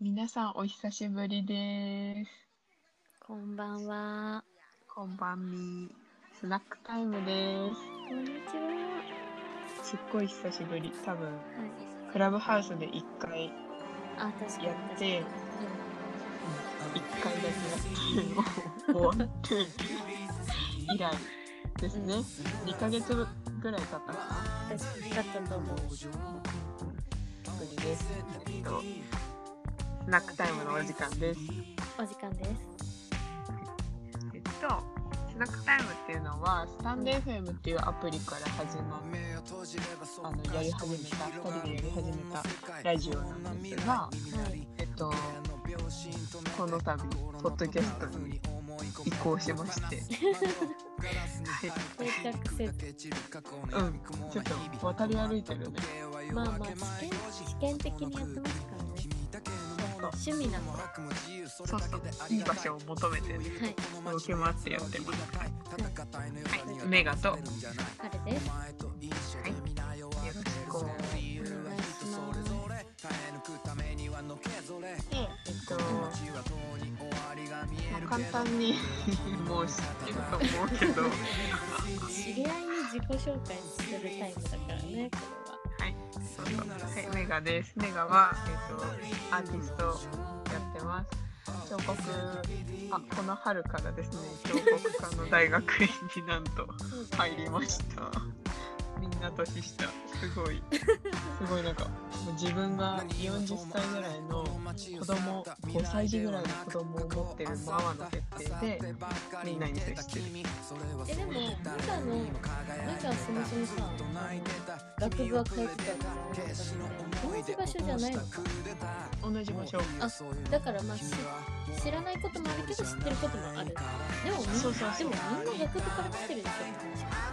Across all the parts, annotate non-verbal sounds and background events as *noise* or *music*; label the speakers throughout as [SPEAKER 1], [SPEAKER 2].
[SPEAKER 1] 皆さんお久しぶりです。
[SPEAKER 2] こんばんは。
[SPEAKER 1] こんばんみ。スナックタイムで
[SPEAKER 2] こんにちは。
[SPEAKER 1] す。すっごい久しぶり。多分、
[SPEAKER 2] はい。
[SPEAKER 1] クラブハウスで一回、
[SPEAKER 2] あ、確かに。
[SPEAKER 1] やって
[SPEAKER 2] 確
[SPEAKER 1] 一回だけやってるのを終わって、以来ですね。2ヶ月ぐらい経ったかな。
[SPEAKER 2] かに確かに。だったと思う。
[SPEAKER 1] ぶりです。えっと、スナックタイムのお時間です。
[SPEAKER 2] お時間です。
[SPEAKER 1] えっと、スナックタイムっていうのは、スタンデー FM っていうアプリから始まって、あの、やり始めた、2人でやり始めたラジオなんですが、
[SPEAKER 2] はい。
[SPEAKER 1] えっと、この度、ポッドキャストに移行しまして、はい、
[SPEAKER 2] 到着せず。
[SPEAKER 1] うん、ちょっと渡り歩いてるね。
[SPEAKER 2] まあまあ、試験、試験的にやってますからね。趣味なので。
[SPEAKER 1] そうそう、いい場所を求めて、ね、
[SPEAKER 2] は
[SPEAKER 1] 動
[SPEAKER 2] い。
[SPEAKER 1] き回ってやってます。はい、メガと、はい、よ
[SPEAKER 2] あれです。
[SPEAKER 1] ろしくお願いします。
[SPEAKER 2] お願いしま
[SPEAKER 1] で、えっと、ま
[SPEAKER 2] す。
[SPEAKER 1] あ簡単に *laughs* もう知ってると思うけど、
[SPEAKER 2] 知り合いに自己紹介するタイプだからね、こ
[SPEAKER 1] そうそうはい、メガです。メガは、えっと、アーティストやってます。彫刻、あ、この春からですね、彫刻家の大学院になんと
[SPEAKER 2] れは。そうだ
[SPEAKER 1] 入
[SPEAKER 2] ね
[SPEAKER 1] りました。みんな年下、すごい、すごいなんか、もう自分が40歳ぐらいの子供、5歳児ぐらいの子供を持ってるママの設定で、みんなに接してる。
[SPEAKER 2] え、でも、メガの、メガそもそもさ、あの学部は通ってたわけじゃないんだから同じ場所じゃないのか。
[SPEAKER 1] 同じ場所。
[SPEAKER 2] あだからまあし知らないこともあるけど知ってることもあるでもみんな
[SPEAKER 1] そうそう
[SPEAKER 2] でもみんな役部から来てるでしょ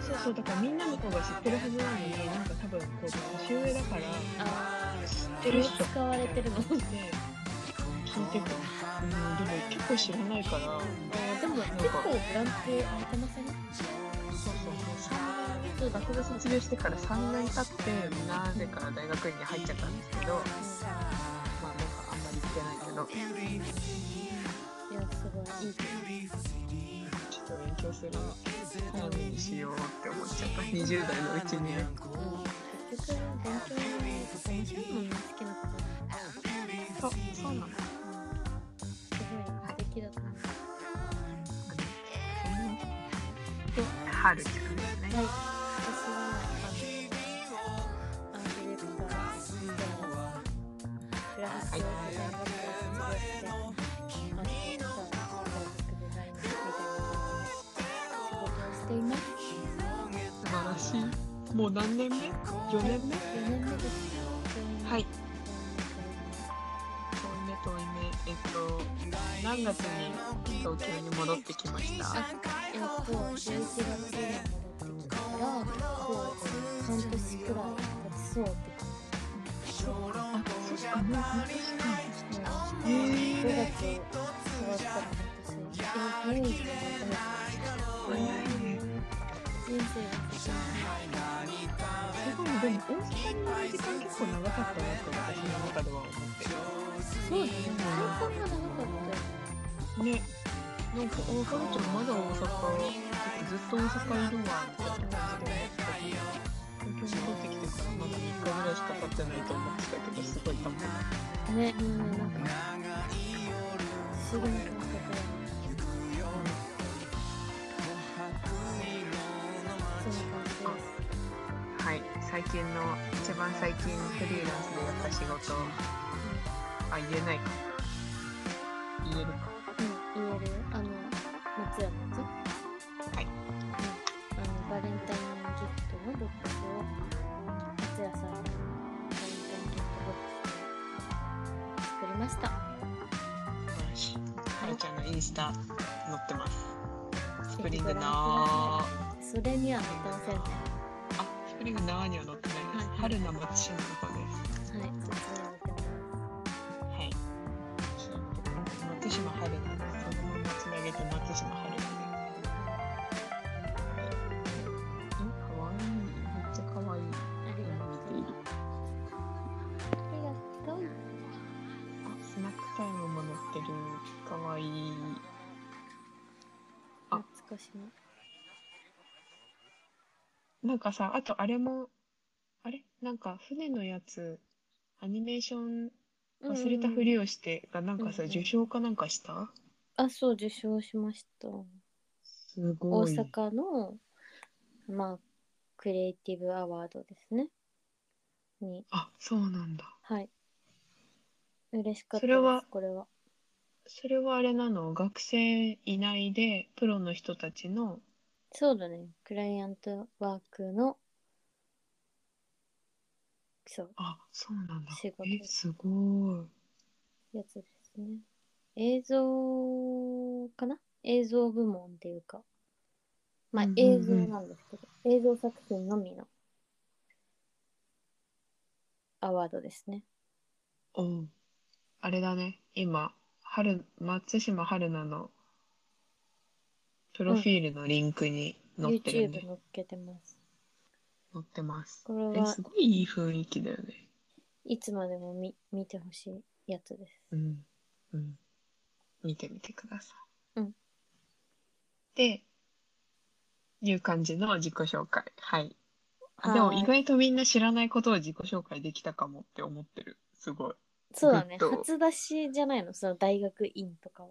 [SPEAKER 1] そうそうだからみんなの方が知ってるはずなのになんか多分こう年上だから
[SPEAKER 2] あ
[SPEAKER 1] 知っ
[SPEAKER 2] あ
[SPEAKER 1] てる人
[SPEAKER 2] 使われてるの
[SPEAKER 1] で聞いてた、うん、でも結構知らないから
[SPEAKER 2] あでも結構ブランク空いてません
[SPEAKER 1] そうそうそう3年学部卒業してから3年経ってなぜか大学院に入っちゃったんですけどまあなんかあんまり行ってないけど
[SPEAKER 2] いやすごいいいです
[SPEAKER 1] ちょっと勉強する早めにしようって思っちゃった20代のうちに
[SPEAKER 2] うん結局勉強に面白いもんね好きなこ
[SPEAKER 1] そ
[SPEAKER 2] と
[SPEAKER 1] うそうなの
[SPEAKER 2] すごい素敵だと思う
[SPEAKER 1] で春ちゃんですね
[SPEAKER 2] はい私はあのアートディレクターでフランスの大学を卒業して、アートとかグラフィックデザイナーみたいな感じで仕事をしています。
[SPEAKER 1] 素晴らしいもう何年目 ?4 年目
[SPEAKER 2] 4年目です。。
[SPEAKER 1] はいい遠いね遠いねえっと何月に東京に戻ってきました
[SPEAKER 2] あえっと、11月に戻ってきたから、もう半年くらい経ちそうって感
[SPEAKER 1] あそっかもう半年
[SPEAKER 2] じ。もう
[SPEAKER 1] 間へえ
[SPEAKER 2] 5月終わったら半年。今、唯一の夏です。
[SPEAKER 1] 早いね
[SPEAKER 2] 人生が進む。
[SPEAKER 1] すごいでも大阪にいる時間結構長かったなって私の中では思
[SPEAKER 2] そうだね。体感が長かったよ。
[SPEAKER 1] ってねなんか大阪ちゃんまだ大阪ずっと大阪いるわって感じで思ってたけど東京に戻ってきてからまだ3日ぐらいしか経ってないと思ってたけどすごいたま
[SPEAKER 2] ね、うん、なんか不思議な感覚だそんな感じです
[SPEAKER 1] はい最近の一番最近フリーランスでやった仕事あ言えないか言えるか
[SPEAKER 2] うん、うん、言えるよあの松山さん
[SPEAKER 1] はい
[SPEAKER 2] うん、あのバレンタインギフトのボックスを松屋さんのバレンタインギフトボックスを作りました
[SPEAKER 1] はるちゃんのインスタ載ってますスプリング
[SPEAKER 2] ぜひご覧ください
[SPEAKER 1] なーあ
[SPEAKER 2] それには載ってませんね
[SPEAKER 1] スプリングなーには載ってないです
[SPEAKER 2] はい
[SPEAKER 1] 春の松島の方です
[SPEAKER 2] はい、そっちには載ってま
[SPEAKER 1] はい松島春菜ですそのままつなげて松島春菜ですはいかわいいめっちゃかわいい
[SPEAKER 2] すありがとうありがとう
[SPEAKER 1] あスナックタイムも載ってるかわいいあ
[SPEAKER 2] 懐かしの
[SPEAKER 1] なんかさあとあれもあれなんか船のやつアニメーション忘れたふりをしてがなんかさ、
[SPEAKER 2] うんうん
[SPEAKER 1] 受賞かなんかした
[SPEAKER 2] あそう受賞しました
[SPEAKER 1] す
[SPEAKER 2] 大
[SPEAKER 1] ごい
[SPEAKER 2] 阪のまあクリエイティブアワードですねに
[SPEAKER 1] あそうなんだ
[SPEAKER 2] はい嬉しかったです
[SPEAKER 1] それは
[SPEAKER 2] これは
[SPEAKER 1] それはあれなの学生いないでプロの人たちの
[SPEAKER 2] そうだねクライアントワークのそう
[SPEAKER 1] あそうなんだ
[SPEAKER 2] 仕事
[SPEAKER 1] えすごい
[SPEAKER 2] やつですね映像かな映像部門っていうかまあ
[SPEAKER 1] うんうんうん
[SPEAKER 2] 映像なんですけど、映像作品のみのアワードですね
[SPEAKER 1] おうあれだね今春松島春菜のプロフィールのリンクに載ってるんで
[SPEAKER 2] YouTube 載っけてます
[SPEAKER 1] 載ってます
[SPEAKER 2] これ
[SPEAKER 1] え
[SPEAKER 2] は
[SPEAKER 1] すごいいい雰囲気だよね
[SPEAKER 2] いつまでも見見てほしいやつです
[SPEAKER 1] うんうん見てみてください
[SPEAKER 2] うん
[SPEAKER 1] でいう感じの自己紹介はいあ
[SPEAKER 2] はい
[SPEAKER 1] でも意外とみんな知らないことを自己紹介できたかもって思ってるすごい
[SPEAKER 2] そうだね
[SPEAKER 1] グッと
[SPEAKER 2] 初出しじゃないのその大学院とかは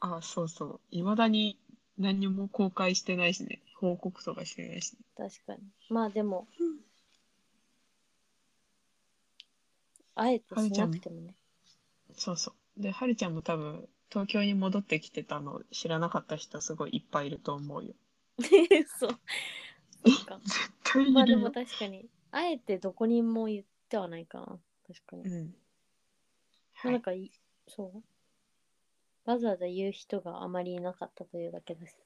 [SPEAKER 1] あそうそういまだに何も公開してないしね報告とかしてないしね
[SPEAKER 2] 確かにまあでも、あえてしなくてもね
[SPEAKER 1] そうそうではるちゃんも多分東京に戻ってきてたの知らなかった人すごいいっぱいいると思うよ
[SPEAKER 2] そうそう *laughs* か
[SPEAKER 1] 絶対い
[SPEAKER 2] まあで
[SPEAKER 1] る
[SPEAKER 2] も
[SPEAKER 1] よ、
[SPEAKER 2] 確かにあえてどこにも言ってはないかな確かに、
[SPEAKER 1] うんは
[SPEAKER 2] なん
[SPEAKER 1] い、
[SPEAKER 2] かいそうわざわざ言う人があまりいなかったというだけです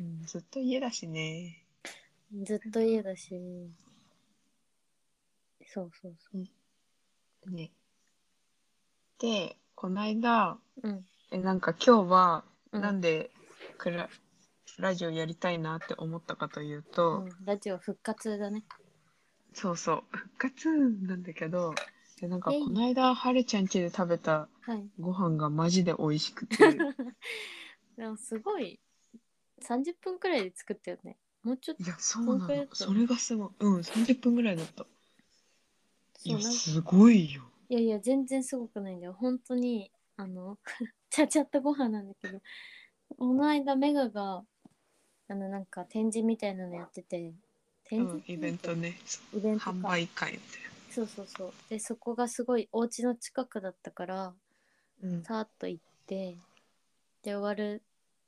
[SPEAKER 1] うんずっと家だしね
[SPEAKER 2] ずっと家だしそうそう
[SPEAKER 1] ねでこないだ
[SPEAKER 2] そううん
[SPEAKER 1] えなんか今日は
[SPEAKER 2] うん
[SPEAKER 1] なんでくら、ラジオやりたいなって思ったかというと、
[SPEAKER 2] うん、ラジオ復活だね。
[SPEAKER 1] そうそう復活なんだけどでなんか
[SPEAKER 2] えい
[SPEAKER 1] この間はるちゃん家で食べた
[SPEAKER 2] はい。
[SPEAKER 1] ご飯がマジで美味し *laughs* くて
[SPEAKER 2] でもすごい、30分くらいで作ったよね。もうちょっと
[SPEAKER 1] い、やそうな
[SPEAKER 2] 本当や
[SPEAKER 1] の
[SPEAKER 2] った
[SPEAKER 1] それがすごいうん30分ぐらいだったい
[SPEAKER 2] そ
[SPEAKER 1] や
[SPEAKER 2] うなんか
[SPEAKER 1] すごいよ
[SPEAKER 2] いやいや、全然すごくないんだよ。本当に、あの、 *laughs* ちゃちゃったご飯なんだけど、この間メガが、あの、なんか展示みたいなのやってて、
[SPEAKER 1] う
[SPEAKER 2] 展示、
[SPEAKER 1] んイベントねそう
[SPEAKER 2] イベントか
[SPEAKER 1] 販売会み
[SPEAKER 2] そうそうそう。で、そこがすごいお家の近くだったから、
[SPEAKER 1] たいな、うん、
[SPEAKER 2] さーっと行ってで終わる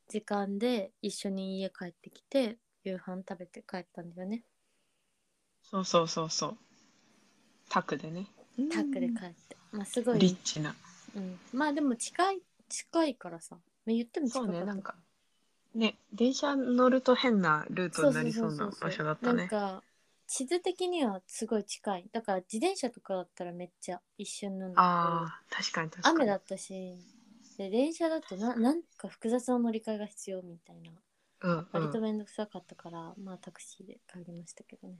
[SPEAKER 2] 時間で一緒に家帰ってきて夕飯食べて帰ったんだよね
[SPEAKER 1] そうそうそうそうタクでね
[SPEAKER 2] タックで帰って、まあすご
[SPEAKER 1] うんリッ
[SPEAKER 2] い、
[SPEAKER 1] チな
[SPEAKER 2] うん、まあでも近い近いからさ、まあ、言っても近
[SPEAKER 1] そう
[SPEAKER 2] かった
[SPEAKER 1] ねなんかね電車乗ると変なルートになりそうな場所だった
[SPEAKER 2] なん
[SPEAKER 1] ね
[SPEAKER 2] か地図的にはすごい近いだから自転車とかだったらめっちゃ一瞬なんだ
[SPEAKER 1] あー確かに確
[SPEAKER 2] けど
[SPEAKER 1] かに
[SPEAKER 2] 雨だったしで電車だとななんか複雑な乗り換えが必要みたいな
[SPEAKER 1] うんう
[SPEAKER 2] 割と
[SPEAKER 1] ん
[SPEAKER 2] めんどくさかったから、まあタクシーで帰りましたけどね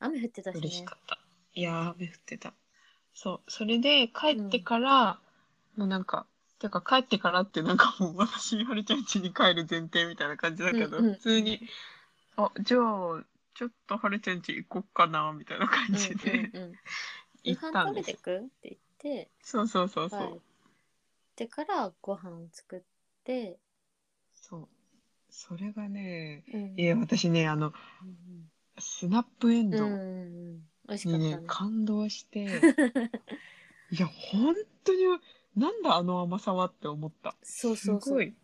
[SPEAKER 2] 雨降ってたし
[SPEAKER 1] 嬉し
[SPEAKER 2] ね
[SPEAKER 1] かったいやー雨降ってたそうそれで帰ってから、もうなんかてか帰ってからってなんかもう私はるちゃん家に帰る前提みたいな感じだけど、
[SPEAKER 2] うんうん
[SPEAKER 1] 普通にあじゃあちょっとはるちゃん家行こっかなみたいな感じで、
[SPEAKER 2] うんうんうん夕
[SPEAKER 1] *laughs* 行
[SPEAKER 2] 飯
[SPEAKER 1] ったんで
[SPEAKER 2] 食べ
[SPEAKER 1] す
[SPEAKER 2] てくって言って
[SPEAKER 1] そうそうそう
[SPEAKER 2] 帰
[SPEAKER 1] そう、
[SPEAKER 2] ってからご飯を作って、
[SPEAKER 1] そうそれがね
[SPEAKER 2] うん
[SPEAKER 1] いや私ねあのスナップエン
[SPEAKER 2] うん
[SPEAKER 1] ド
[SPEAKER 2] うんう
[SPEAKER 1] ウ
[SPEAKER 2] んうん美味しか
[SPEAKER 1] にね、
[SPEAKER 2] った
[SPEAKER 1] 感動
[SPEAKER 2] *laughs*
[SPEAKER 1] して
[SPEAKER 2] ね
[SPEAKER 1] いや本当になんだあの甘さはって思った
[SPEAKER 2] そうそう
[SPEAKER 1] す
[SPEAKER 2] そ
[SPEAKER 1] ご
[SPEAKER 2] う
[SPEAKER 1] い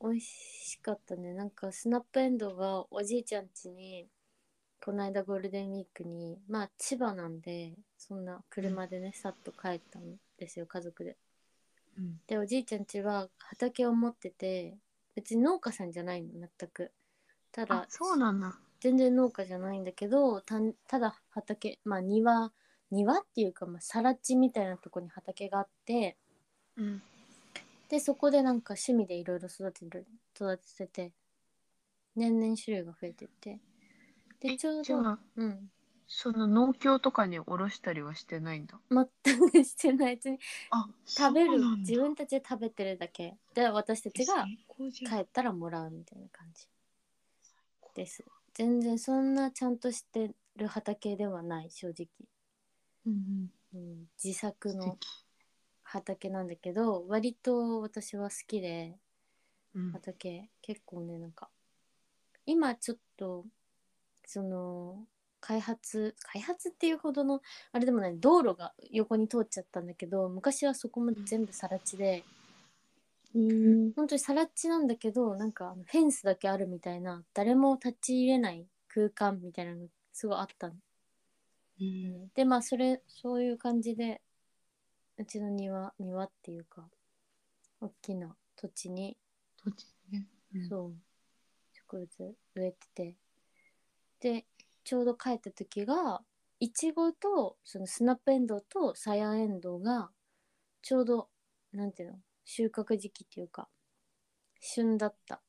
[SPEAKER 2] 美味しかったねなんかスナップエンドウがおじいちゃん家にこの間ゴールデンウィークにまあ千葉なんでそんな車でねさっと帰ったんですよ家族で
[SPEAKER 1] うん
[SPEAKER 2] でおじいちゃん家は畑を持ってて別に農家さんじゃないの全くた
[SPEAKER 1] あ
[SPEAKER 2] だ
[SPEAKER 1] そうなんだ
[SPEAKER 2] 全然農家じゃないんだけどたんただ畑まあ庭庭っていうか、まあ、更地みたいなとこに畑があって
[SPEAKER 1] うん
[SPEAKER 2] でそこでなんか趣味でいろいろ育てる育ててて年々種類が増えてってでちょう
[SPEAKER 1] じゃ
[SPEAKER 2] ど、
[SPEAKER 1] あ
[SPEAKER 2] うん、
[SPEAKER 3] その農協とかにおろしたりはしてないんだ
[SPEAKER 2] 全くしてない別に
[SPEAKER 1] あ
[SPEAKER 2] 食べ
[SPEAKER 1] そうな
[SPEAKER 2] る
[SPEAKER 1] んだ
[SPEAKER 2] 自分たちで食べてるだけで私たちが
[SPEAKER 1] 最高じゃん
[SPEAKER 2] 帰ったらもらうみたいな感じです全然そんなちゃんとしてる畑ではない正直、
[SPEAKER 1] うんうん
[SPEAKER 2] うん、自作
[SPEAKER 1] 素
[SPEAKER 2] の
[SPEAKER 1] 敵
[SPEAKER 2] 畑なんだけど割と私は好きで
[SPEAKER 1] うん
[SPEAKER 2] 畑結構ねなんか今ちょっとその開発開発っていうほどのあれでもない道路が横に通っちゃったんだけど昔はそこも全部更地で
[SPEAKER 1] うん
[SPEAKER 2] 本当に更地なんだけどなんかあのフェンスだけあるみたいな誰も立ち入れない空間みたいなのがすごいあったの、
[SPEAKER 1] うん
[SPEAKER 2] でまあそれそういう感じでうちの庭庭っていうか大きな土地に
[SPEAKER 1] 土地ねうん
[SPEAKER 2] そう植物植えててでちょうど帰った時がイチゴとそのスナップエンドウとサヤエンドウがちょうどなんていうの収穫時期っていうか旬だった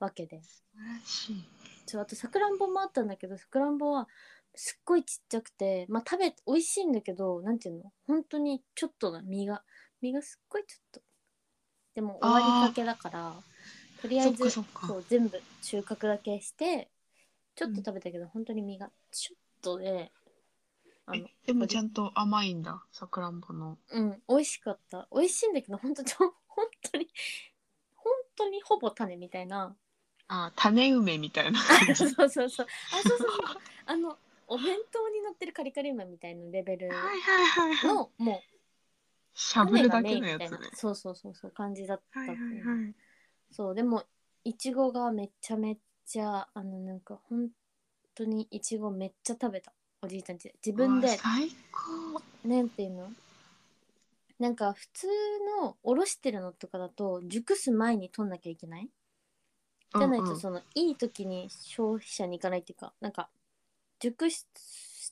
[SPEAKER 2] わけで
[SPEAKER 1] 素晴らしい
[SPEAKER 2] そうあとさくらんぼもあったんだけどさくらんぼはすっごいちっちゃくてまあ食べ美味しいんだけどなんていうの本当にちょっとな実が実がすっごいちょっとでも終わりかけだからとりあ
[SPEAKER 1] そ
[SPEAKER 2] え
[SPEAKER 1] っ
[SPEAKER 2] ず
[SPEAKER 1] かそっか
[SPEAKER 2] そう全部収穫だけしてちょっと食べたけど、本当に実がちょっとであの
[SPEAKER 1] えでもちゃんと甘いんださくらんぼの
[SPEAKER 2] うん美味しかった美味しいんだけど本当ち *laughs* ょ本当に本当にほぼ種みた
[SPEAKER 1] *laughs*
[SPEAKER 2] いな
[SPEAKER 1] あ種梅みたいな感
[SPEAKER 2] *laughs* そ
[SPEAKER 1] じ
[SPEAKER 2] うそうそうあそうそうそうあのお弁当に乗ってるカリカリ梅みたいなレベル
[SPEAKER 1] はいはいはいはい
[SPEAKER 2] のもう
[SPEAKER 1] しゃぶるだ
[SPEAKER 2] メイ
[SPEAKER 1] け
[SPEAKER 2] ン
[SPEAKER 1] の
[SPEAKER 2] み
[SPEAKER 1] やつ
[SPEAKER 2] た
[SPEAKER 1] ね
[SPEAKER 2] いなそうそうそうそう感じだった
[SPEAKER 1] はい
[SPEAKER 2] っ
[SPEAKER 1] は
[SPEAKER 2] て
[SPEAKER 1] い
[SPEAKER 2] いう
[SPEAKER 1] はい
[SPEAKER 2] そうでもいちごがめちゃめちゃあのなんか本当にいちごめっちゃ食べたおじいちゃんちで自分
[SPEAKER 1] うわ
[SPEAKER 2] で
[SPEAKER 1] 最高
[SPEAKER 2] なんていうのなんか普通のおろしてるのとかだと熟す前に取んなきゃいけないじゃない
[SPEAKER 1] うんう
[SPEAKER 2] と
[SPEAKER 1] ん
[SPEAKER 2] そのいい時に消費者に行かないっていうかなんか熟し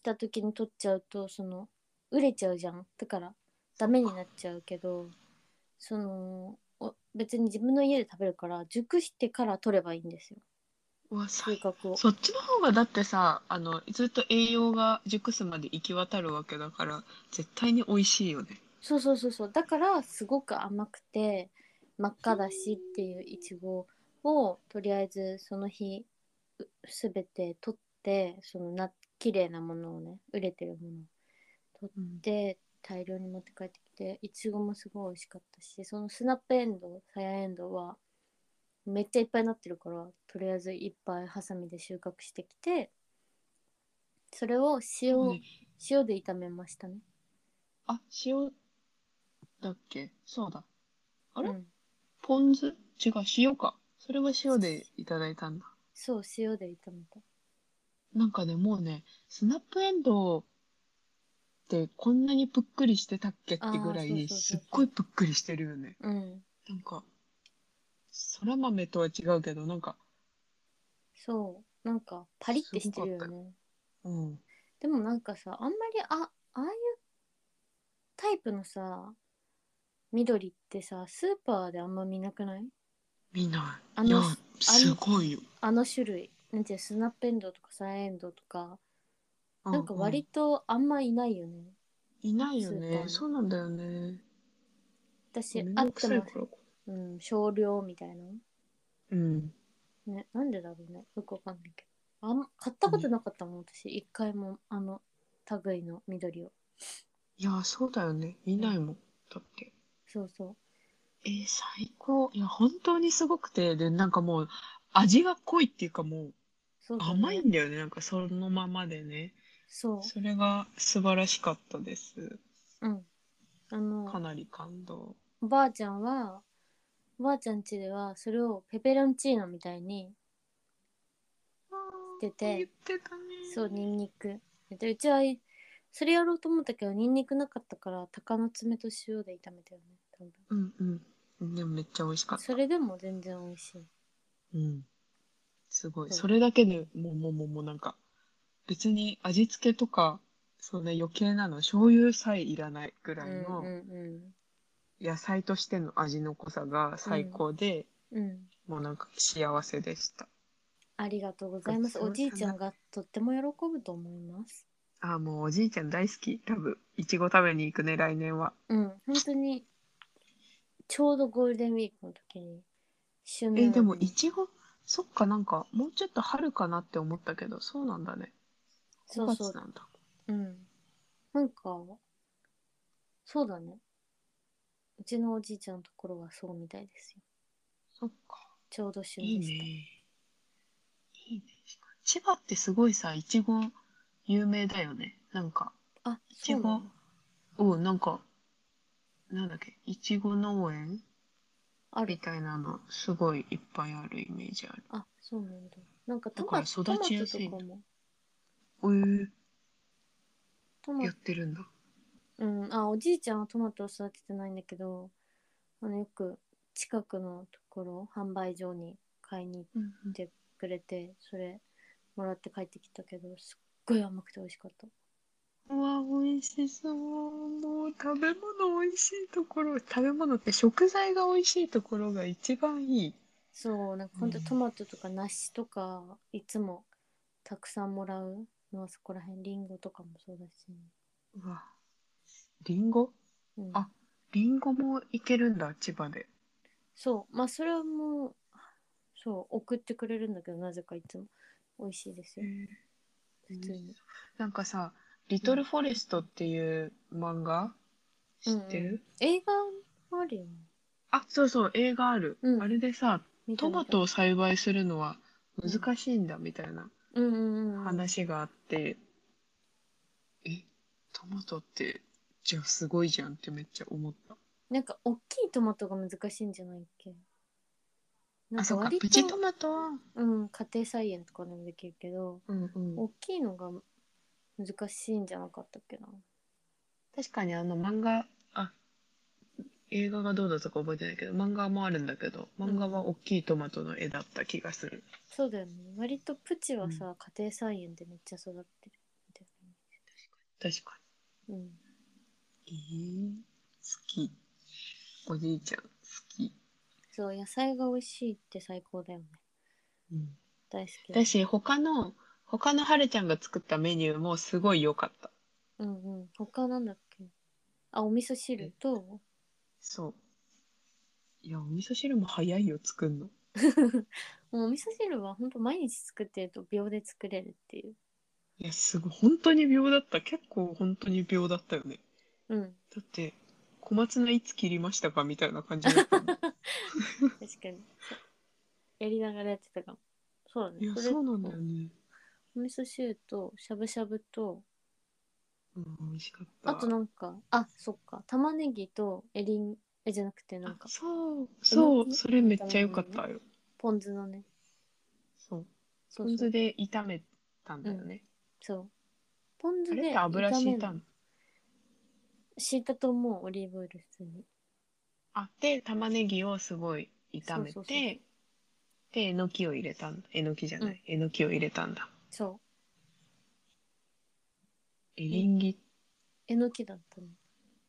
[SPEAKER 2] た時に取っちゃうとその売れちゃうじゃんだからダメになっちゃうけどそのお別に自分の家で食べるから熟してから取ればいいんですよ
[SPEAKER 1] うわ
[SPEAKER 2] 収
[SPEAKER 1] 最高
[SPEAKER 2] 穫を
[SPEAKER 1] そっちの方がだってさあのずっと栄養が熟すまで行き渡るわけだから絶対に美味しいよね
[SPEAKER 2] そうそうそうそうだからすごく甘くて真っ赤だしっていういちごをとりあえずその日うすべて取ってそのな綺麗なものをね売れてるものを
[SPEAKER 1] うん
[SPEAKER 2] で大量に持って帰ってきていちごもすごい美味しかったしそのスナップエンドウサヤエンドウはめっちゃいっぱいになってるからとりあえずいっぱいハサミで収穫してきてそれを塩、
[SPEAKER 1] うん
[SPEAKER 2] 塩で炒めましたね
[SPEAKER 1] あ塩だっけそうだあれ
[SPEAKER 2] うん
[SPEAKER 1] ポン酢違う塩かそれは塩でいただいたんだ
[SPEAKER 2] そう塩で炒めた
[SPEAKER 1] なんかねもうねスナップエンドウってこんなにぷっくりしてたっけってぐら
[SPEAKER 2] あーそうそうそう
[SPEAKER 1] い
[SPEAKER 2] そう
[SPEAKER 1] すっごいぷっくりしてるよね
[SPEAKER 2] うん
[SPEAKER 1] なんかそら豆とは違うけどなんか
[SPEAKER 2] そうなんかパリってしてるよ
[SPEAKER 1] すご
[SPEAKER 2] ね
[SPEAKER 1] うん
[SPEAKER 2] でもなんかさあんまりあああいうタイプのさ緑ってさスーパーであんま見なくない
[SPEAKER 1] 見な
[SPEAKER 2] あ
[SPEAKER 1] いいや
[SPEAKER 2] の
[SPEAKER 1] すごいよ
[SPEAKER 2] あの種類なんていうのスナップエンドウとかサヤエンドウとか、
[SPEAKER 1] な
[SPEAKER 2] なんか割とあんまいないよね
[SPEAKER 1] いないよ
[SPEAKER 2] スーパー
[SPEAKER 1] ね
[SPEAKER 2] に
[SPEAKER 1] そうなんだよね
[SPEAKER 2] 私
[SPEAKER 1] めん
[SPEAKER 2] あ
[SPEAKER 1] ど
[SPEAKER 2] っ
[SPEAKER 1] く
[SPEAKER 2] て
[SPEAKER 1] さい
[SPEAKER 2] も
[SPEAKER 1] か、ら
[SPEAKER 2] うん、少量みたいな
[SPEAKER 1] うん
[SPEAKER 2] ねなんでだろうねよくわかんないけどあん買ったことなかったもん、私一回もあの類の緑を
[SPEAKER 1] いやそうだよね見ないもんだって
[SPEAKER 2] そうそ
[SPEAKER 1] えー最高いや本当にすごくてでなんかもう味が濃いっていうかもう
[SPEAKER 2] うそうだね
[SPEAKER 1] 甘いんだよねなんかそのままでね
[SPEAKER 2] そ
[SPEAKER 1] それが素晴らしかったです
[SPEAKER 2] ううんあ
[SPEAKER 1] か
[SPEAKER 2] の
[SPEAKER 1] なり感動
[SPEAKER 2] おばあちゃんはおばあちゃん家ではそれをペペロンチーノみたいに出て
[SPEAKER 1] 言ってたね
[SPEAKER 2] そうニンニクでうちはいそれやろうと思ったけどニンニクなかったから鷹の爪と塩で炒めたよね多分
[SPEAKER 1] うんうんでもめっちゃ美味しかった
[SPEAKER 2] それでも全然美味しい
[SPEAKER 1] うんすごい
[SPEAKER 2] そう
[SPEAKER 1] それだけでもうもうもうもうなんか別に味付けとかそうね余計なの醤油さえいらないぐ
[SPEAKER 2] う
[SPEAKER 1] らい
[SPEAKER 2] ん
[SPEAKER 1] の
[SPEAKER 2] う
[SPEAKER 1] 野菜としての味の濃さが最高で、
[SPEAKER 2] んうんうん
[SPEAKER 1] もうなんか幸せでした。
[SPEAKER 2] ありがとうございます。
[SPEAKER 1] ごちそうさま
[SPEAKER 2] おじいちゃんがとっても喜ぶと思います。
[SPEAKER 1] あーもうおじいちゃん大好き多分いちご食べに行くね来年は
[SPEAKER 2] うん、本当に、ちょうどゴールデンウィークの時に、旬
[SPEAKER 1] え
[SPEAKER 2] の
[SPEAKER 1] でもいちごそっかなんかもうちょっと春かなって思ったけどそうなんだね
[SPEAKER 2] そ
[SPEAKER 1] 5
[SPEAKER 2] うそ
[SPEAKER 1] 月
[SPEAKER 2] う、
[SPEAKER 1] なんだ
[SPEAKER 2] うん。なんか、そうだね。うちのおじいちゃんのところはそうみたいですよ。
[SPEAKER 1] そっか
[SPEAKER 2] ちょうど旬
[SPEAKER 1] いい
[SPEAKER 2] で
[SPEAKER 1] ね
[SPEAKER 2] した。
[SPEAKER 1] いいね千葉ってすごいさいちご有名だよねなんか
[SPEAKER 2] あ、
[SPEAKER 1] いち
[SPEAKER 2] そうな
[SPEAKER 1] ご
[SPEAKER 2] の
[SPEAKER 1] うんなんかなんだっけいちご農園
[SPEAKER 2] あ
[SPEAKER 1] み
[SPEAKER 2] る。
[SPEAKER 1] たいなのすごいいっぱいあるイメージある
[SPEAKER 2] あ、そうなんだ。なんかト
[SPEAKER 1] だから
[SPEAKER 2] マ
[SPEAKER 1] 育ち
[SPEAKER 2] トトマト
[SPEAKER 1] や
[SPEAKER 2] と
[SPEAKER 1] すいんだ
[SPEAKER 2] かも。
[SPEAKER 1] おえ
[SPEAKER 2] トマ
[SPEAKER 1] やってるんだ
[SPEAKER 2] うん、あおじいちゃんはトマトを育ててないんだけどあのよく近くのところ販売所に買いに行っ
[SPEAKER 1] うんうん
[SPEAKER 2] てくれてそれもらって帰ってきたけどすっごい甘くて美味しかった
[SPEAKER 1] うわ、美味しそう。もう食べ物美味しいところ、食べ物って食材が美味しいところが一番いい。
[SPEAKER 2] そうなんかほんと
[SPEAKER 1] うん
[SPEAKER 2] トマトとか梨とかいつもたくさんもらうのはそこら辺りんごとかもそうだし、
[SPEAKER 1] うわ。リンゴ
[SPEAKER 2] うん、
[SPEAKER 1] あリンゴもいけるんだ、千葉で。
[SPEAKER 2] そうまあそれはもうそう送ってくれるんだけどなぜかいつも美味しいですよ普通に
[SPEAKER 1] なんかさ、リトルフォレストっていう漫画、
[SPEAKER 2] うん
[SPEAKER 1] 知ってる、
[SPEAKER 2] うん映画もあるよね
[SPEAKER 1] あ、そうそう、映画ある。
[SPEAKER 2] うん
[SPEAKER 1] あれでさ、
[SPEAKER 2] 見た
[SPEAKER 1] ト
[SPEAKER 2] 見た
[SPEAKER 1] マトを栽培するのは難しいんだ、みたいな。
[SPEAKER 2] うんうんうん、
[SPEAKER 1] 話があって、えトマトってじゃあすごいじゃんってめっちゃ思った
[SPEAKER 2] なんか大きいトマトが難しいんじゃないっけなん
[SPEAKER 1] あ
[SPEAKER 2] か
[SPEAKER 1] そうか
[SPEAKER 2] 割
[SPEAKER 1] プ
[SPEAKER 2] と
[SPEAKER 1] チトマトは
[SPEAKER 2] うん、家庭菜園とかでもできるけど
[SPEAKER 1] うんうん
[SPEAKER 2] 大きいのが難しいんじゃなかったっけな
[SPEAKER 1] 確かにあの漫画あ映画がどうだったか覚えてないけど漫画もあるんだけど漫画は大きいトマトの絵だった気がする、
[SPEAKER 2] そうだよね割とプチはさ、家庭菜園でめっちゃ育ってるみたい
[SPEAKER 1] 確か
[SPEAKER 2] なうん
[SPEAKER 1] にえー、好きおじいちゃん好き、
[SPEAKER 2] そう野菜が美味しいって最高だよね
[SPEAKER 1] うん、
[SPEAKER 2] 大好きだ
[SPEAKER 1] だし他の他のはるちゃんが作ったメニューもすごい良かった
[SPEAKER 2] うんうん他なんだっけあお味噌汁と
[SPEAKER 1] そういやお味噌汁も早いよ作るの
[SPEAKER 2] もうお味噌汁は本当毎日作ってると秒で作れるっていう
[SPEAKER 1] いや、すごい。本当に秒だった。結構本当に秒だったよね。
[SPEAKER 2] うん
[SPEAKER 1] だって、小松菜いつ切りましたかみたいな感じだった *laughs* もん。
[SPEAKER 2] 確かに。やりながらやってたかも。そうだね。
[SPEAKER 1] いや、
[SPEAKER 2] それ
[SPEAKER 1] そうなんだよね。
[SPEAKER 2] お味噌汁と、しゃぶしゃぶと、
[SPEAKER 1] うん、美味しかった。
[SPEAKER 2] あとなんか、あ、そっか。玉ねぎとエリン、え、じゃなくて、なん
[SPEAKER 1] あ
[SPEAKER 2] か、
[SPEAKER 1] そう、そう、それめっちゃ良かったよ。
[SPEAKER 2] ポン酢のね。
[SPEAKER 1] そう。
[SPEAKER 2] そ
[SPEAKER 1] ポ
[SPEAKER 2] うそ
[SPEAKER 1] ン酢
[SPEAKER 2] う
[SPEAKER 1] で炒めたんだよね。
[SPEAKER 2] そうポン
[SPEAKER 1] あ
[SPEAKER 2] 酢
[SPEAKER 1] れっ
[SPEAKER 2] で
[SPEAKER 1] て油敷いた
[SPEAKER 2] の
[SPEAKER 1] の。
[SPEAKER 2] 敷いたと思う、オリーブオイル普通に。
[SPEAKER 1] あ、で、玉ねぎをすごい炒めて、
[SPEAKER 2] そうそうそう
[SPEAKER 1] で、えのきを入れたんだ。えのきじゃない。
[SPEAKER 2] うん
[SPEAKER 1] えのきを入れたんだ。
[SPEAKER 2] そう。
[SPEAKER 1] エリンギ、
[SPEAKER 2] えのきだったね。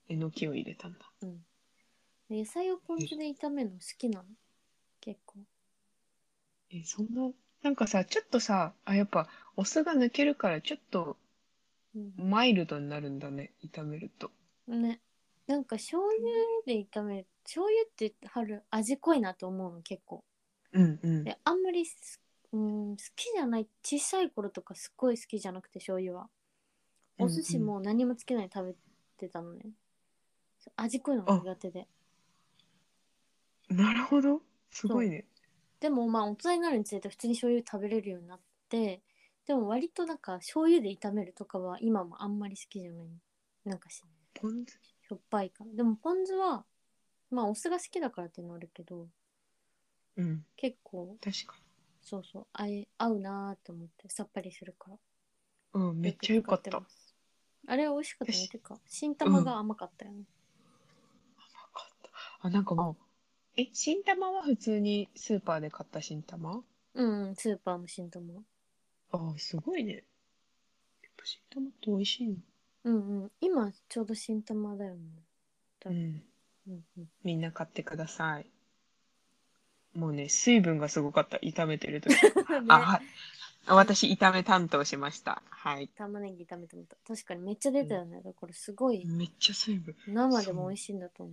[SPEAKER 1] えのきを入れたんだ。
[SPEAKER 2] で野菜をポン酢で炒めるの好きなの結構。
[SPEAKER 1] え、そんな、なんかさ、ちょっとさ、あ、やっぱ、お酢が抜けるから、ちょっと
[SPEAKER 2] うん。
[SPEAKER 1] マイルドになるんだね、炒めると。
[SPEAKER 2] ね。なんか醤油で炒める。醤油って春味濃いなと思うの結構。
[SPEAKER 1] うんうん。
[SPEAKER 2] であんまりすうん好きじゃない小さい頃とかすっごい好きじゃなくて醤油はお寿司も何もつけないで食べてたのね、そう味濃いのが苦手で
[SPEAKER 1] なるほど。すごいね。
[SPEAKER 2] でもまあ大人になるにつれて普通に醤油食べれるようになってでも割となんか醤油で炒めるとかは今もあんまり好きじゃないなんかしし
[SPEAKER 1] ポン酢。
[SPEAKER 2] ょっぱいからでもポン酢はまあお酢が好きだからっていうのあるけど
[SPEAKER 1] うん、
[SPEAKER 2] 結構
[SPEAKER 1] 確か
[SPEAKER 2] そうそうあえ合うなーって思ってさっぱりするから
[SPEAKER 1] に。うん、めっちゃ良かっ
[SPEAKER 2] よく使
[SPEAKER 1] た。
[SPEAKER 2] てます。あれは美味しかったね。
[SPEAKER 1] 私
[SPEAKER 2] てか、新玉が甘かったよね。
[SPEAKER 1] わかったあ、なんかもう、え、新玉は普通にスーパーで買った新玉
[SPEAKER 2] うん、うん、スーパーの新玉。
[SPEAKER 1] ああ、すごいね。やっぱ新玉って美味しいの。
[SPEAKER 2] うんうん。今、ちょうど新玉だよね。
[SPEAKER 1] うん。
[SPEAKER 2] うんうん。
[SPEAKER 1] みんな買ってください。もうね、水分がすごかった。炒めてる時。
[SPEAKER 2] ね
[SPEAKER 1] あ、はい。私、炒め担当しました。はい。
[SPEAKER 2] 玉ねぎ炒めてみた確かにめっちゃ出たよね、だからすごい
[SPEAKER 1] めっちゃ水分。
[SPEAKER 2] 生でも美味しいんだと思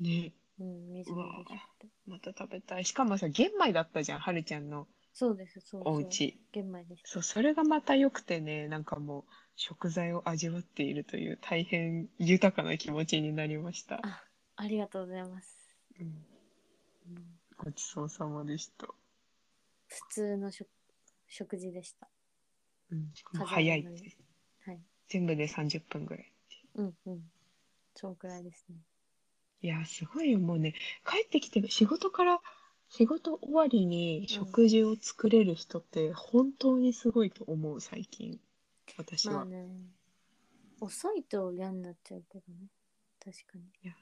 [SPEAKER 2] う
[SPEAKER 1] ね。
[SPEAKER 2] うん水
[SPEAKER 1] う
[SPEAKER 2] 分
[SPEAKER 1] わ
[SPEAKER 2] が出ちゃって
[SPEAKER 1] また食べたい。しかもさ、玄米だったじゃん、はるちゃんの
[SPEAKER 2] そうですそうそう
[SPEAKER 1] お家。
[SPEAKER 2] 玄米です
[SPEAKER 1] そう、それがまた良くてね、なんかもう、食材を味わっているという大変豊かな気持ちになりました。
[SPEAKER 2] ありがとうございます、
[SPEAKER 1] うん
[SPEAKER 2] うん
[SPEAKER 1] ごちそうさまでした。
[SPEAKER 2] 普通の食食事でした
[SPEAKER 1] うん、もう
[SPEAKER 2] 風
[SPEAKER 1] 早
[SPEAKER 2] 邪
[SPEAKER 1] い
[SPEAKER 2] なのに
[SPEAKER 1] です
[SPEAKER 2] はい
[SPEAKER 1] 全部で30分ぐらい。
[SPEAKER 2] うんうんそうくらいですね
[SPEAKER 1] いや、すごいよ。もうね、帰ってきて、仕事から、仕事終わりに食事を作れる人って本当にすごいと思う、最近。私
[SPEAKER 2] まあ
[SPEAKER 1] は。
[SPEAKER 2] ね遅いと嫌になっちゃうけどね確かに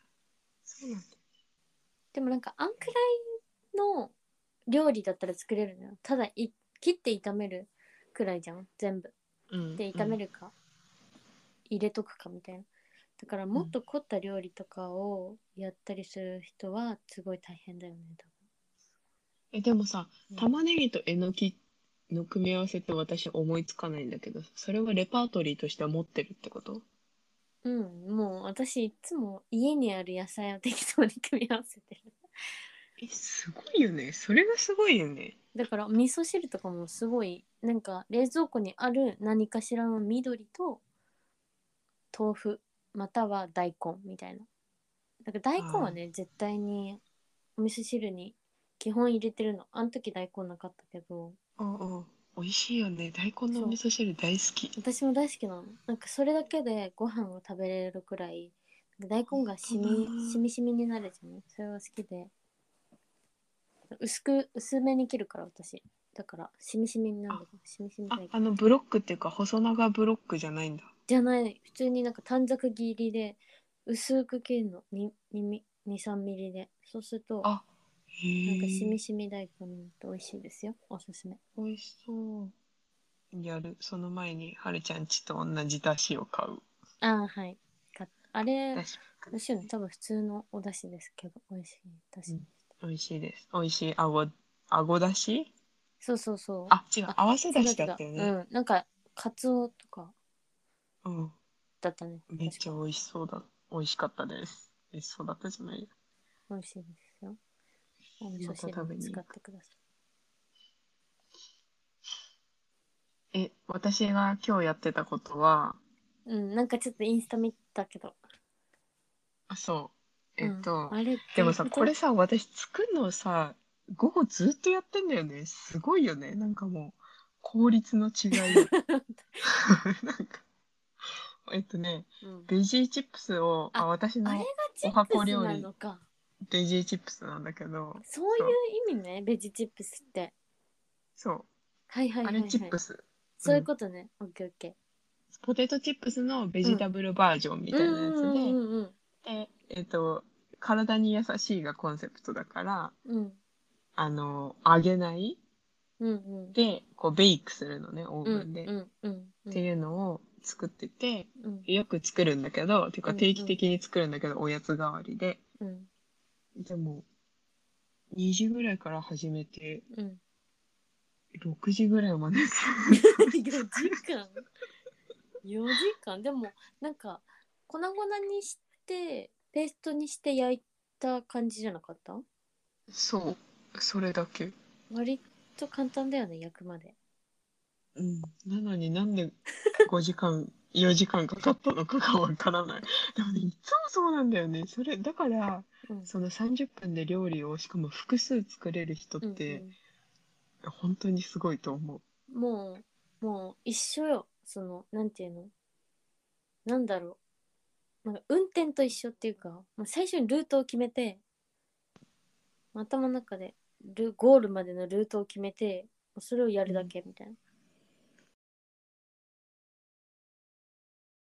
[SPEAKER 1] そうなんだ。
[SPEAKER 2] でもなんかあんくらいの料理だったら作れるのよただい切って炒めるくらいじゃん全部
[SPEAKER 1] うん
[SPEAKER 2] で炒めるか、入れとくかみたいなだからもっと凝った料理とかをやったりする人はすごい大変だよね
[SPEAKER 1] え、でもさ
[SPEAKER 2] うん、
[SPEAKER 1] 玉ねぎとえのきの組み合わせって私思いつかないんだけど、それはレパートリーとしては持ってるってこと
[SPEAKER 2] 多分うんもう私いつも家にある野菜を適当に組み合わせてる
[SPEAKER 1] え、すごいよね。それがすごいよね。
[SPEAKER 2] だから味噌汁とかもすごいなんか冷蔵庫にある何かしらの緑と豆腐または大根みたいなだから大根はね絶対にお味噌汁に基本入れてるのあの時大根なかったけど
[SPEAKER 1] うんうん。美味しいよね。大根のお味噌汁大好き。
[SPEAKER 2] 私も大好きなのなんかそれだけでご飯を食べれるくらい大根がしみ
[SPEAKER 1] うん
[SPEAKER 2] しみしみになるじゃないそれは好きで薄く薄めに切るから私だからしみしみになるんだけどしみしみ
[SPEAKER 1] あ
[SPEAKER 2] 大根、
[SPEAKER 1] あのブロックっていうか細長ブロックじゃないんだ。
[SPEAKER 2] じゃない普通になんか短冊切りで薄く切るの23ミリでそうすると
[SPEAKER 1] あ
[SPEAKER 2] な
[SPEAKER 1] へ
[SPEAKER 2] んかしみ
[SPEAKER 1] え。
[SPEAKER 2] しみ大根と美味しいですよおすすめ
[SPEAKER 1] 美味しそう。やる。その前に、はるちゃんちと同じだしを買う。
[SPEAKER 2] ああはいかあれ
[SPEAKER 1] だし。
[SPEAKER 2] だしよね多分普通のお出汁ですけど美味しいだし、
[SPEAKER 1] うん美味しいです。美味しい。あご、あごだし
[SPEAKER 2] そうそうそう
[SPEAKER 1] あ、違う
[SPEAKER 2] あ。
[SPEAKER 1] 合わせだし
[SPEAKER 2] そう
[SPEAKER 1] だったよね。
[SPEAKER 2] うんなんかカツオとか
[SPEAKER 1] うん。
[SPEAKER 2] だったね
[SPEAKER 1] めっちゃ美味しそうだ。美味しかったです。美味しそうだったじゃないよ
[SPEAKER 2] 美味しいですよお味噌
[SPEAKER 1] また
[SPEAKER 2] 汁
[SPEAKER 1] 食べ
[SPEAKER 2] に
[SPEAKER 1] に
[SPEAKER 2] 使
[SPEAKER 1] 行く
[SPEAKER 2] ってください
[SPEAKER 1] え、私が今日やってたことは、
[SPEAKER 2] うんなんかちょっとインスタ見たけど
[SPEAKER 1] あ、そう。えっと、
[SPEAKER 2] うんあれ
[SPEAKER 1] でもさ、
[SPEAKER 2] どういうと
[SPEAKER 1] これさ、私作るのさ、午後ずっとやってんだよね。すごいよね。なんかもう、効率の違
[SPEAKER 2] *laughs*
[SPEAKER 1] いよ。なんか、えっとね、
[SPEAKER 2] うん
[SPEAKER 1] ベジーチップスを、あ、
[SPEAKER 2] あ
[SPEAKER 1] 私
[SPEAKER 2] あ
[SPEAKER 1] の
[SPEAKER 2] れがチ
[SPEAKER 1] お
[SPEAKER 2] ップ
[SPEAKER 1] 箱
[SPEAKER 2] ス
[SPEAKER 1] 料
[SPEAKER 2] な
[SPEAKER 1] 理
[SPEAKER 2] のか
[SPEAKER 1] ベジーチップスなんだけど、
[SPEAKER 2] そういう意味ねベジチップスって
[SPEAKER 1] そ、
[SPEAKER 2] はいはいうは
[SPEAKER 1] あ
[SPEAKER 2] い、
[SPEAKER 1] れ
[SPEAKER 2] はい、
[SPEAKER 1] チップス。
[SPEAKER 2] そういうことね、オッケーオッケ
[SPEAKER 1] ポテトチップスのベジタブルバージョンみ
[SPEAKER 2] ー
[SPEAKER 1] たいなやつ
[SPEAKER 2] うん
[SPEAKER 1] で、
[SPEAKER 2] うんうん
[SPEAKER 1] で、えっと、体に優しいがコンセプトだから、
[SPEAKER 2] うん
[SPEAKER 1] あの、揚げない
[SPEAKER 2] うんうん
[SPEAKER 1] で、こう、ベイクするのね、オー
[SPEAKER 2] うん
[SPEAKER 1] ブンで。
[SPEAKER 2] うんうんうん
[SPEAKER 1] っていうのを作ってて、
[SPEAKER 2] うん
[SPEAKER 1] よく作るんだけど、ていう
[SPEAKER 2] う
[SPEAKER 1] か
[SPEAKER 2] んうん
[SPEAKER 1] 定期的に作るんだけど、おやつ代わりで。
[SPEAKER 2] うん
[SPEAKER 1] でも、2時ぐらいから始めて、
[SPEAKER 2] うん
[SPEAKER 1] 6時ぐらいまで。
[SPEAKER 2] 4時間4時間でもなんか粉々にしてペーストにして焼いた感じじゃなかった
[SPEAKER 1] そう、それだけ。
[SPEAKER 2] 割と簡単だよね焼くまで
[SPEAKER 1] うん。なのになんで5時間、4時 *laughs* 間かかったのかがわからない。でもね、いつもそうなんだよね。それ、だから、
[SPEAKER 2] うん
[SPEAKER 1] その30分で料理を、しかも複数作れる人っ
[SPEAKER 2] うん
[SPEAKER 1] て、本当にすごいと思う。
[SPEAKER 2] うんもうもう一緒よそのなんていうのなんだろうなんか運転と一緒っていうかもう最初にルートを決めて頭の中でルゴールまでのルートを決めてそれをやるだけみたいな、